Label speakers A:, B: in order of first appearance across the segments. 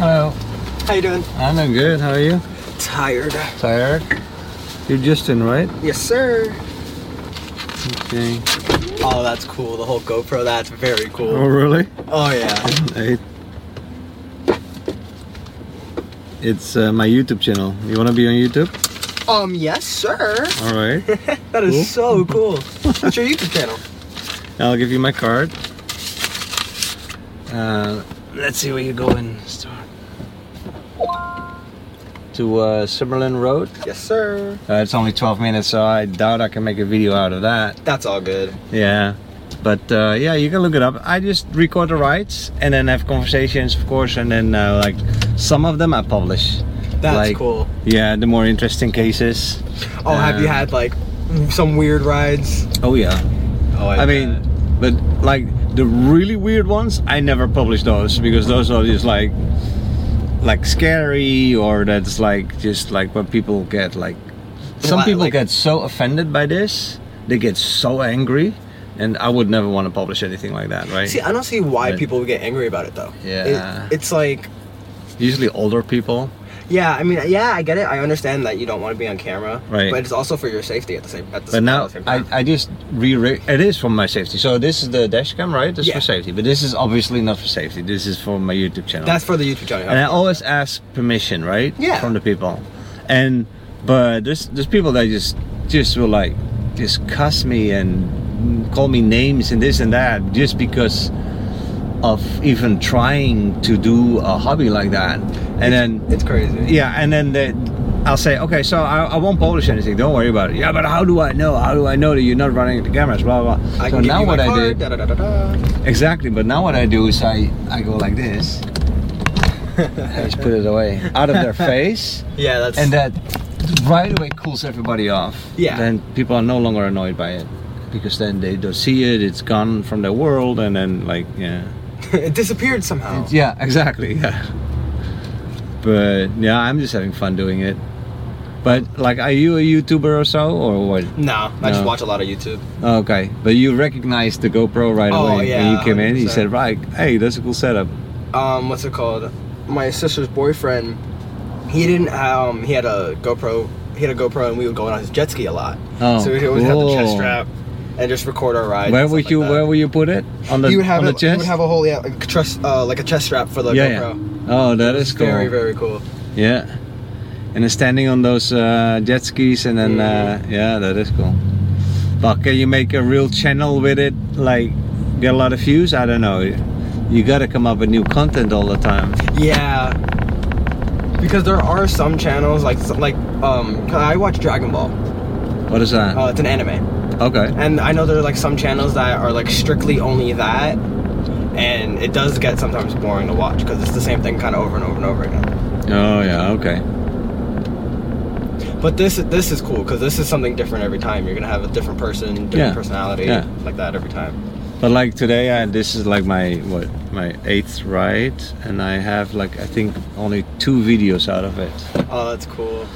A: Hello.
B: How you doing?
A: I'm doing good. How are you?
B: Tired.
A: Tired? You're Justin, right?
B: Yes, sir.
A: Okay.
B: Oh, that's cool. The whole GoPro. That's very
A: Oh,
B: cool.
A: really?
B: Oh yeah.
A: Hey. It's uh, my YouTube channel. You want to be on YouTube?
B: Um, yes, sir.
A: All right.
B: That is so cool. What's your YouTube channel?
A: I'll give you my card. Uh, let's see where you go and start. To uh, Summerlin Road.
B: Yes, sir.
A: Uh, it's only 12 minutes, so I doubt I can make a video out of that.
B: That's all good.
A: Yeah. But uh, yeah, you can look it up. I just record the rides and then have conversations, of course, and then uh, like some of them I publish.
B: That's
A: Like-
B: cool.
A: Yeah, the more interesting cases.
B: Oh, have you
A: um,
B: had like some weird rides?
A: Oh yeah.
B: Oh,
A: I mean, but like the really weird ones, I never publish those because those are just like like scary or that's like just like what people get like. Some
B: Like-
A: people
B: like-
A: get so offended by this, they get so angry, and I would never want to publish anything like that, right?
B: see, I don't see why
A: But-
B: people would get angry about it though. It-
A: Yeah.
B: it's like,
A: Usually older people.
B: yeah. I mean, yeah, I get it. I understand that you don't want to be on camera,
A: Right.
B: But it's also for your safety at the same. At the
A: But
B: same, at
A: now
B: the same
A: I,
B: time.
A: I just re it is for my safety. So this is the dash cam, right? This is for
B: Yeah.
A: safety. But this is obviously not for safety. This is for my YouTube channel.
B: that's for the YouTube channel.
A: and I always ask permission, right?
B: Yeah.
A: From the people. And but there's there's people that just just will like just cuss me and call me names and this and that just because of even trying to do a hobby like that. And then
B: it's crazy.
A: yeah, and then they, I'll say, okay, so I, I won't publish anything. Don't worry about it. Yeah, but how do I know? How do I know that you're not running the cameras? Blah blah. blah.
B: I
A: so
B: can give
A: now
B: you
A: what
B: my
A: I
B: card,
A: did
B: da, da, da, da, da.
A: exactly, but now what I do is I I go like this. I just put it away out of their face,
B: Yeah, that's
A: and that right away cools everybody off.
B: Yeah.
A: Then people are no longer annoyed by it because then they don't see it. It's gone from their world, and then like yeah.
B: it disappeared somehow.
A: It's- Yeah, exactly. Yeah. But yeah, I'm just having fun doing it. But like, are you a YouTuber or so, or what?
B: No, I just
A: No.
B: watch a lot of YouTube.
A: Okay, but you recognized the GoPro right
B: Oh,
A: away when
B: yeah,
A: you came in. You
B: 100%.
A: said, "Right, hey, that's a cool setup."
B: Um, what's it called? My sister's boyfriend, he didn't. Um, he had a GoPro. He had a Gopro, and we would go on his jet ski a lot.
A: Oh,
B: so we always have the chest
A: cool.
B: strap and just record our rides.
A: where
B: and
A: would
B: stuff
A: you
B: like that.
A: Where would you put it on the
B: He would have
A: on
B: it,
A: the
B: he
A: chest?
B: would have a whole yeah, like a chest, uh, like a chest strap for the
A: yeah,
B: GoPro.
A: yeah. Oh, that
B: It's
A: is cool.
B: Very very cool.
A: Yeah, and then standing on those uh, jet skis, and then
B: Mhm.
A: uh, yeah, that is cool. But can you make a real channel with it? Like, get a lot of views? I don't know. You got to come up with new content all the time.
B: Yeah. Because there are some channels like like um I watch Dragon Ball.
A: What is that?
B: Uh, it's an anime.
A: okay.
B: And I know there are like some channels that are like strictly only that, and it does get sometimes boring to watch because it's the same thing kind of over and over and over again.
A: Oh yeah. Okay.
B: But this this is cool because this is something different every time. You're gonna have a different person, different
A: Yeah.
B: personality,
A: Yeah.
B: like that every time.
A: But like today, I, this is like my what my eighth ride, and I have like I think only two videos out of it.
B: Oh, that's cool.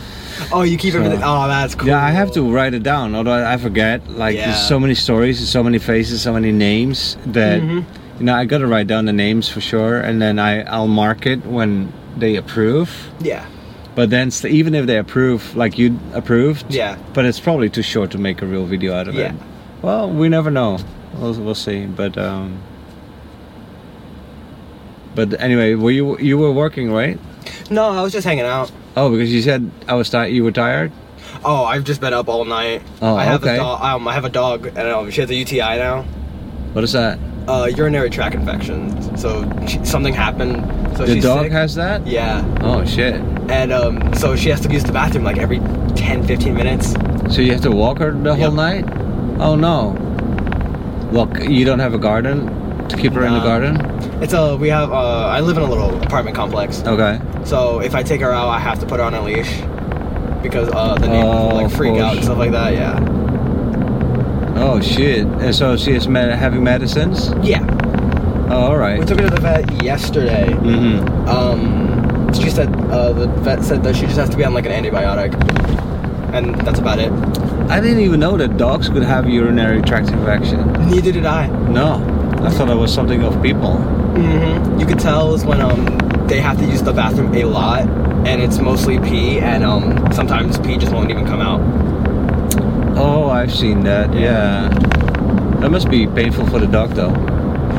B: Oh, you keep
A: So-
B: everything. Oh, that's cool.
A: Yeah, I have to write it down, otherwise I forget. Like
B: Yeah.
A: there's so many stories, there's so many faces, so many names that
B: Mhm.
A: you know I gotta write down the names for sure, and then I I'll mark it when they approve.
B: Yeah,
A: But then s even if they approve, like you approved,
B: Yeah.
A: But it's probably too short to make a real video out of it.
B: Yeah.
A: Well, we never know. We'll, we'll see. But um. But anyway, were you you were working right?
B: no, I was just hanging out.
A: Oh, because you said I was tired. You were tired.
B: Oh, I've just been up all night.
A: Oh,
B: I have
A: okay.
B: a dog. Um, I have a dog, and um, she has a UTI now.
A: What is that?
B: Uh, urinary tract infection. So she, something happened. So
A: the
B: she's
A: dog
B: sick.
A: has that.
B: Yeah.
A: Oh shit.
B: and um, so she has to use the bathroom like every 10 15 minutes
A: So you have to walk her the whole
B: Yep.
A: night? Oh no. Well, c- you don't have a garden to keep her in the
B: Nah.
A: garden?
B: it's a we have uh, i live in a little apartment complex
A: Okay.
B: so if i take her out i have to put her on a leash because uh, the neighbors
A: Oh,
B: will, like
A: of
B: freak out and
A: course.
B: stuff like that yeah
A: Oh shit. And so she is med- having medicines?
B: yeah
A: Oh, all right.
B: we took her to the vet yesterday
A: Mm-hmm.
B: um, she said uh, the vet said that she just has to be on like an antibiotic and that's about it
A: I didn't even know that dogs could have urinary tract infection.
B: neither did i
A: No. I thought that was something of people.
B: hmm you could Mm-hmm. tell is when um, they have to use the bathroom a lot, and it's mostly pee, and um, sometimes pee just won't even come out.
A: Oh, I've seen that. Yeah. That must be painful for the dog, though.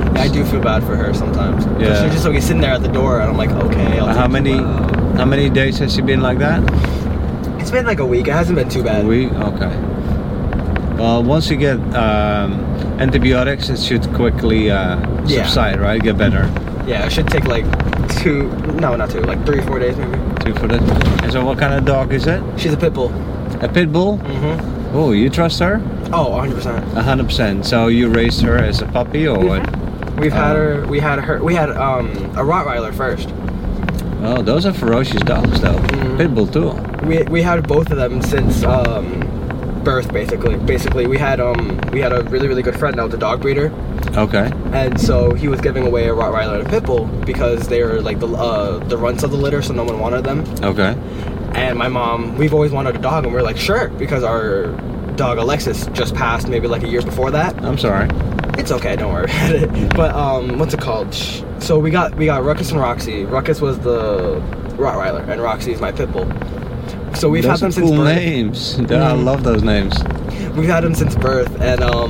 B: And I do feel bad for her sometimes. 'Cause
A: Yeah.
B: She's just like sitting there at the door, and I'm like, okay. I'll
A: How
B: take
A: many?
B: you out.
A: How many days has she been like that?
B: It's been like a week. It hasn't been too bad.
A: We okay. Well, once you get um, antibiotics, it should quickly uh,
B: Yeah.
A: subside, right? Get better.
B: Yeah, it should take like two. No, not two. Like three, four days maybe.
A: Two for that. And so, what kind of dog is it?
B: She's a pit bull.
A: A pit bull?
B: Mm-hmm.
A: Oh, you trust her?
B: Oh, 100 percent.
A: A hundred percent. So you raised her as a puppy or what?
B: We've had
A: Um,
B: her. We had her. We had um a Rottweiler first.
A: Oh, those are ferocious dogs, though.
B: Mhm.
A: Pit bull too.
B: We we had both of them since um birth basically. Basically, we had um we had a really really good friend that was a dog breeder,
A: Okay.
B: and so he was giving away a Rottweiler and a pit bull because they were like the uh, the runts of the litter, so no one wanted them.
A: Okay.
B: And my mom, we've always wanted a dog, and we are like sure because our dog Alexis just passed maybe like a year before that.
A: I'm sorry.
B: It's okay, don't worry about it. But um, what's it called? Sh- So we got we got Ruckus and Roxy. Ruckus was the Rottweiler, and Roxy is my pit bull. So we've
A: those
B: had them
A: are
B: since
A: cool
B: birth.
A: names. I
B: Mhm.
A: love those names.
B: We've had them since birth, and um,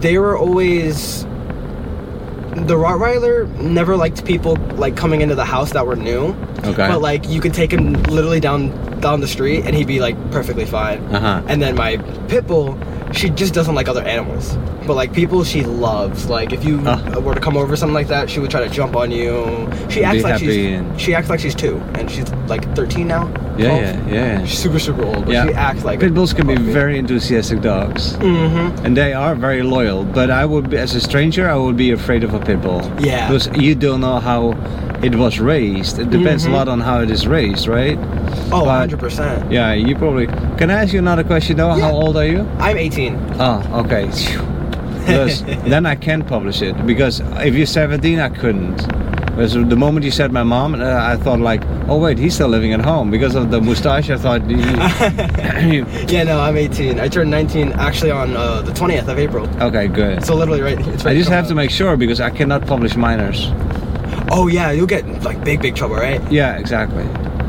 B: they were always the Rottweiler never liked people like coming into the house that were new.
A: Okay.
B: But like you could take him literally down down the street, and he'd be like perfectly fine.
A: Uh huh.
B: And then my pit bull, she just doesn't like other animals. But like people, she loves. Like if you
A: Huh.
B: were to come over or something like that, she would try to jump on you. She
A: Be
B: acts like
A: happy
B: she's
A: and-
B: she acts like she's two, and she's like thirteen now.
A: Yeah, yeah, yeah.
B: She's super super old, but
A: Yeah.
B: she acts like
A: Pit bulls can be very enthusiastic dogs,
B: Mm-hmm.
A: and they are very loyal. But I would, be, as a stranger, I would be afraid of a pit bull.
B: Yeah.
A: Because you don't know how it was raised. It depends
B: Mhm.
A: a lot on how it is raised, right?
B: Oh,
A: But-
B: 100 percent.
A: Yeah. You probably. Can I ask you another question though? How
B: Yeah.
A: old are you?
B: I'm 18.
A: Oh, okay. Phew. Because then I can publish it because if you're 17, I couldn't. Because the moment you said my mom, uh, I thought like, oh wait, he's still living at home because of the mustache. I thought. he-
B: Yeah, no, I'm 18. I turned 19 actually on uh, the 20th of April.
A: okay, good.
B: So literally right. It's right
A: I just
B: coming
A: have to
B: up.
A: make sure because I cannot publish minors.
B: Oh yeah, you'll get like big big trouble, right?
A: Yeah, exactly.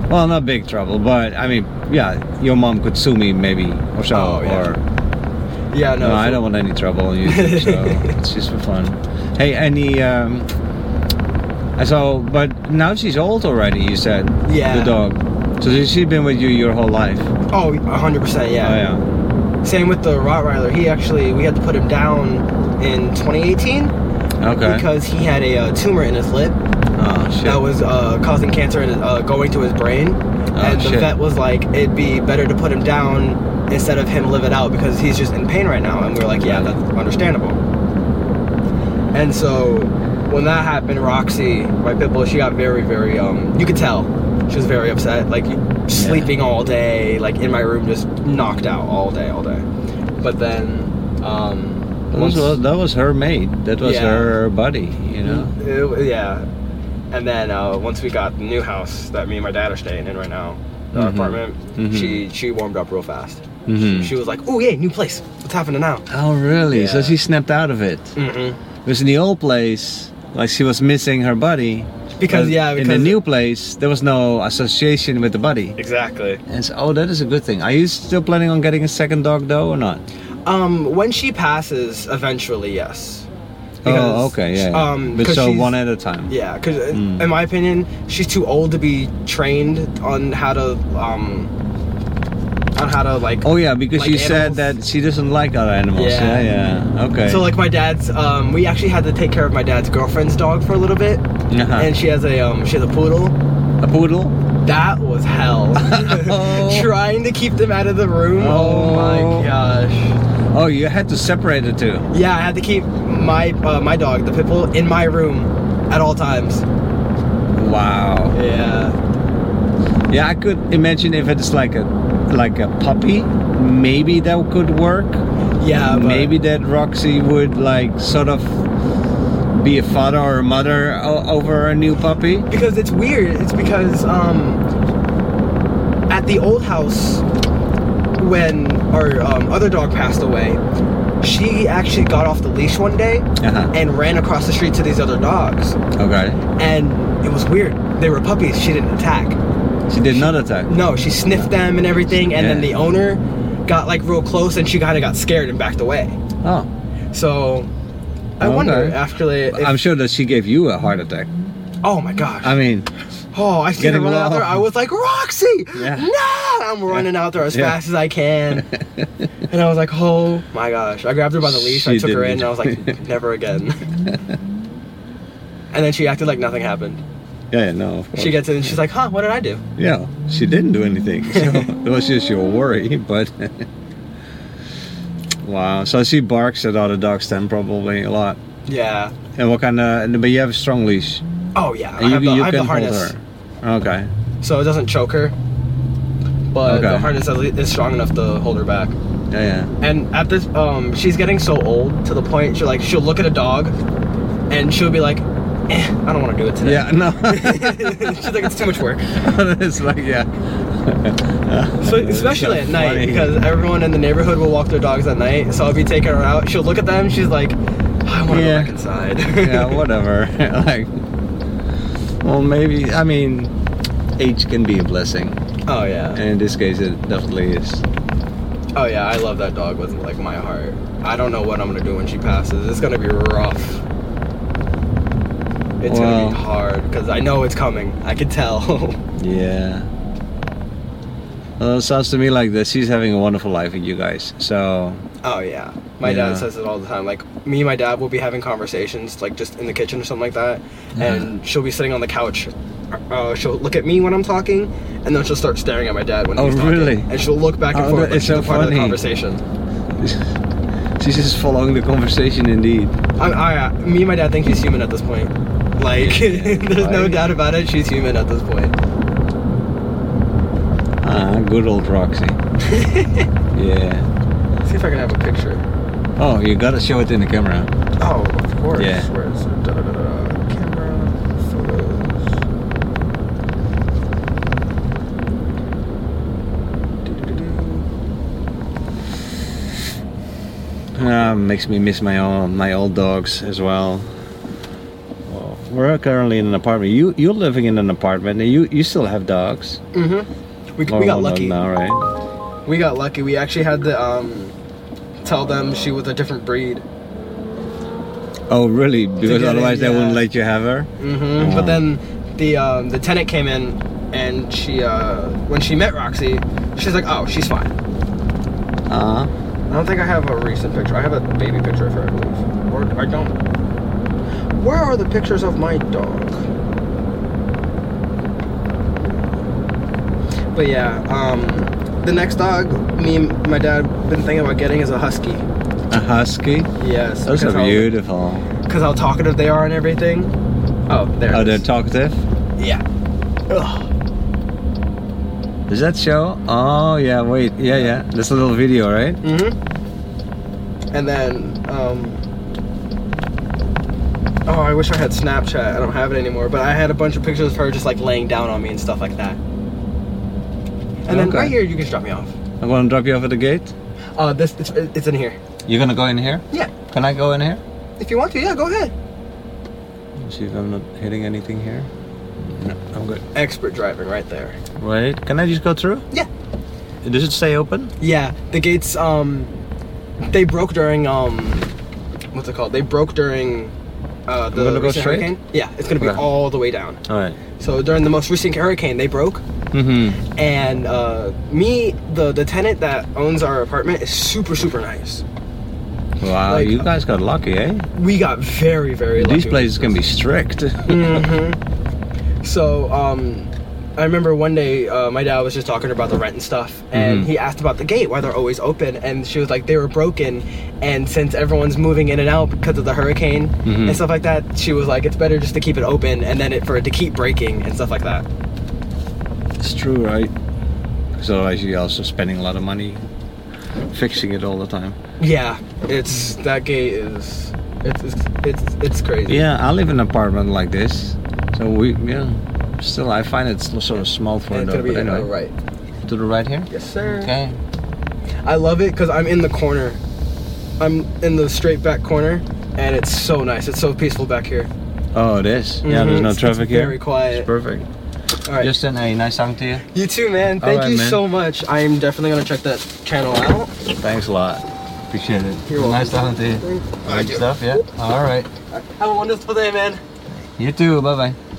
A: Well, not big trouble, but I mean, yeah, your mom could sue me maybe or so.
B: Oh, yeah.
A: Or
B: Yeah, no.
A: no, I
B: so-
A: don't want any trouble on YouTube, so it's just for fun. Hey, any um, uh, so but now she's old already. You said
B: Yeah.
A: the dog. So she's been with you your whole life.
B: Oh, 100 percent. Yeah.
A: Oh
B: Same with the Rottweiler. He actually, we had to put him down in 2018
A: yeah. Okay.
B: because he had a uh, tumor in his lip
A: oh shit. Oh,
B: that was uh, causing cancer and uh, going to his brain. and the
A: shit.
B: vet was like, it'd be better to put him down instead of him live it out because he's just in pain right now. And we were like, yeah,
A: Right.
B: that's understandable. And so when that happened, Roxy, my pit bull, she got very, very, um, you could tell. She was very upset, like sleeping all day, like in my room, just knocked out all day, all day. But then, um,
A: that was, well, that was her mate. That was
B: Yeah. Mm-hmm.
A: her buddy. You know.
B: it- yeah. And then uh, once we got the new house that me and my dad are staying in right now, our
A: Mhm.
B: apartment,
A: Mhm.
B: she she warmed up real fast.
A: Mhm.
B: She, she was like, "Oh yeah, new place. What's happening now?"
A: Oh really? So
B: Yeah.
A: she snapped out of it.
B: Mm-hmm.
A: Because in the old place, like she was missing her buddy.
B: Because
A: but
B: yeah, because
A: in the new place, there was no association with the buddy.
B: exactly.
A: And so, oh, that is a good thing. Are you still planning on getting a second dog though, or not?
B: Um, when she passes, eventually, yes.
A: oh,
B: Because,
A: okay, yeah. yeah.
B: Um,
A: but
B: 'cause
A: so
B: she's-
A: one at a time.
B: Yeah, because
A: Mm.
B: in my opinion, she's too old to be trained on how to um on how to like
A: Oh yeah, because
B: Like
A: you said
B: animals.
A: that she doesn't like other animals. Yeah,
B: Yeah.
A: yeah. Okay.
B: So like my dad's, um, we actually had to take care of my dad's girlfriend's dog for a little bit, and she has a um, she has a poodle.
A: Uh-huh. a poodle.
B: That was hell.
A: Oh.
B: Trying to keep them out of the room. Oh,
A: Oh.
B: my gosh.
A: Oh, you had to separate the two.
B: Yeah, I had to keep my uh, my dog, the pit bull, in my room at all times.
A: Wow.
B: Yeah.
A: Yeah, I could imagine if it's like a like a puppy, maybe that could work.
B: Yeah. But,
A: maybe that Roxy would like sort of be a father or a mother o- over a new puppy.
B: because it's weird. It's because um, at the old house, when our um, other dog passed away, she actually got off the leash one day
A: Uh-huh.
B: and ran across the street to these other dogs.
A: Okay.
B: And it was weird. They were puppies. She didn't attack.
A: She did not attack.
B: No, she sniffed them and everything, and then
A: Yeah.
B: the owner got like real close, and she kind of got scared and backed away.
A: Oh.
B: So I
A: Okay.
B: wonder after they. if-
A: I'm sure that she gave you a heart attack.
B: oh my gosh!
A: I mean,
B: oh, I seen her
A: getting
B: run out
A: low.
B: there. I was like Roxy.
A: Yeah.
B: No, I'm running out there as
A: Yeah.
B: fast as I can, and I was like, oh my gosh! I grabbed her by the leash, I
A: She
B: took her in,
A: didn't.
B: and I was like, never again. and then she acted like nothing happened.
A: yeah, yeah, no. Of course.
B: She gets in, and she's like, huh? What did I do?
A: Yeah, she didn't do anything. So it was just your worry, but wow. So she barks at other dogs then probably a lot.
B: Yeah.
A: And what kind of? But you have a strong leash. And
B: Oh yeah. I have the, I have the harness.
A: hold her. Okay.
B: so it doesn't choke her. But the
A: Okay.
B: harness at lea- is strong enough to hold her back.
A: Yeah, yeah.
B: And at this, um, she's getting so old to the point she like she'll look at a dog, and she'll be like, eh, "I don't want to do it today."
A: Yeah, no.
B: she's like, "It's too much work."
A: it's like yeah.
B: So, especially at night
A: Funny.
B: because everyone in the neighborhood will walk their dogs at night. So I'll be taking her out. She'll look at them. She's like, "I want to go
A: Yeah.
B: back inside."
A: yeah, whatever. like, well, maybe. I mean, age can be a blessing,
B: oh yeah.
A: and in this case, it definitely is.
B: Oh yeah. I love that dog with like my heart. I don't know what I'm gonna do when she passes. It's gonna be rough. It's gonna
A: Wow.
B: be hard because I know it's coming. I can tell.
A: Yeah. Well, it sounds to me like that she's having a wonderful life with you guys. So,
B: Oh yeah. My
A: Yeah.
B: dad says it all the time. Like me and my dad will be having conversations, like just in the kitchen or something like that, and she'll be sitting on the couch. Uh, she'll look at me when I'm talking, and then she'll start staring at my dad when
A: Oh,
B: he's talking.
A: really?
B: And she'll look back and
A: Oh,
B: forth.
A: that
B: like
A: is
B: she's
A: so
B: a part of the
A: funny.
B: conversation.
A: she's just following the conversation indeed.
B: I, I, uh, me and my dad think she's human at this point. Like,
A: Yeah,
B: there's no
A: right.
B: doubt about it. She's human at this point.
A: Ah, good old Roxy. yeah.
B: see if I can have a picture.
A: Oh, you gotta show it in the camera.
B: Oh, of course.
A: Yeah.
B: Where is it? Da, da, da, da, da. Camera photos.
A: Ah, makes me miss my own, my old dogs as well. Well, We're currently in an apartment. You you're living in an apartment, and you you still have dogs.
B: Mm-hmm. We,
A: Or
B: we got
A: one dog
B: lucky.
A: now, right?
B: We got lucky. We actually had to um, tell them she was a different breed.
A: Oh, really? Because
B: get it,
A: otherwise they
B: yeah.
A: wouldn't let you have her.
B: hmm
A: Wow.
B: But then the um, the tenant came in, and she uh, when she met Roxy, she's like, "Oh, she's fine."
A: Ah.
B: I don't think I have a recent picture. I have a baby picture of her, I believe. Or I don't. Where are the pictures of my dog? But yeah, um, the next dog me and my dad been thinking about getting is a husky.
A: A husky?
B: Yes.
A: Those
B: because
A: are
B: how-
A: beautiful.
B: because how talkative they are and everything. Oh, there.
A: Oh,
B: it is.
A: they're talkative?
B: yeah. Ugh.
A: Does that show? Oh, yeah, wait. Yeah, yeah. That's a little video, right?
B: Mhm. Mm-hmm. And then, um, oh, I wish I had Snapchat. I don't have it anymore. But I had a bunch of pictures of her just like laying down on me and stuff like that. And then
A: Okay.
B: right here, you can just drop me off.
A: I'm gonna drop you off at the gate.
B: Uh, this it's, it's in here.
A: You're gonna go in here?
B: Yeah.
A: Can I go in here?
B: If you want to, yeah, go ahead.
A: Let's see if I'm not hitting anything here. No, I'm good.
B: Expert driving right there.
A: Wait, can I just go through?
B: Yeah.
A: Does it stay open?
B: Yeah, the gates um they broke during um what's it called? They broke during uh the
A: gonna go
B: recent
A: straight?
B: hurricane. Yeah, it's gonna be
A: Okay.
B: all the way down.
A: Alright.
B: So during the most recent hurricane they broke
A: Mm-hmm.
B: and uh me the the tenant that owns our apartment is super super nice.
A: Wow,
B: Like-
A: you guys got lucky, eh?
B: We got very very lucky.
A: These places can be strict.
B: Mhm. So um I remember one day uh, my dad was just talking about the rent and stuff, and
A: Mhm.
B: he asked about the gate, why they're always open. And she was like, they were broken. And since everyone's moving in and out because of the hurricane
A: Mhm.
B: and stuff like that, she was like, it's better just to keep it open and then it, for it to keep breaking and stuff like that.
A: it's true, right? Because otherwise you're also spending a lot of money fixing it all the time.
B: Yeah, it's that gate is. It's, it's, it's, it's crazy.
A: Yeah, I live in an apartment like this, so we yeah. Still, I find it's sort of small for
B: And
A: a
B: it's
A: dog.
B: gonna be
A: But
B: in
A: anyway,
B: the right.
A: to the right here.
B: Yes, sir.
A: Okay.
B: I love it because I'm in the corner I'm in the straight back corner, and it's so nice. It's so peaceful back here.
A: Oh, it is. Yeah, there's
B: Mhm.
A: no
B: It's-
A: traffic
B: it's
A: here.
B: very quiet.
A: It's perfect.
B: All right,
A: Justin, hey, nice talking to you.
B: you too, man. Thank
A: Alright,
B: you
A: man.
B: so much. I am definitely gonna check that channel out.
A: Thanks a lot. Appreciate it.
B: You're welcome.
A: Nice talking to you.
B: Thank
A: Good stuff, yeah. All right.
B: Have a wonderful day, man.
A: You too. Bye bye.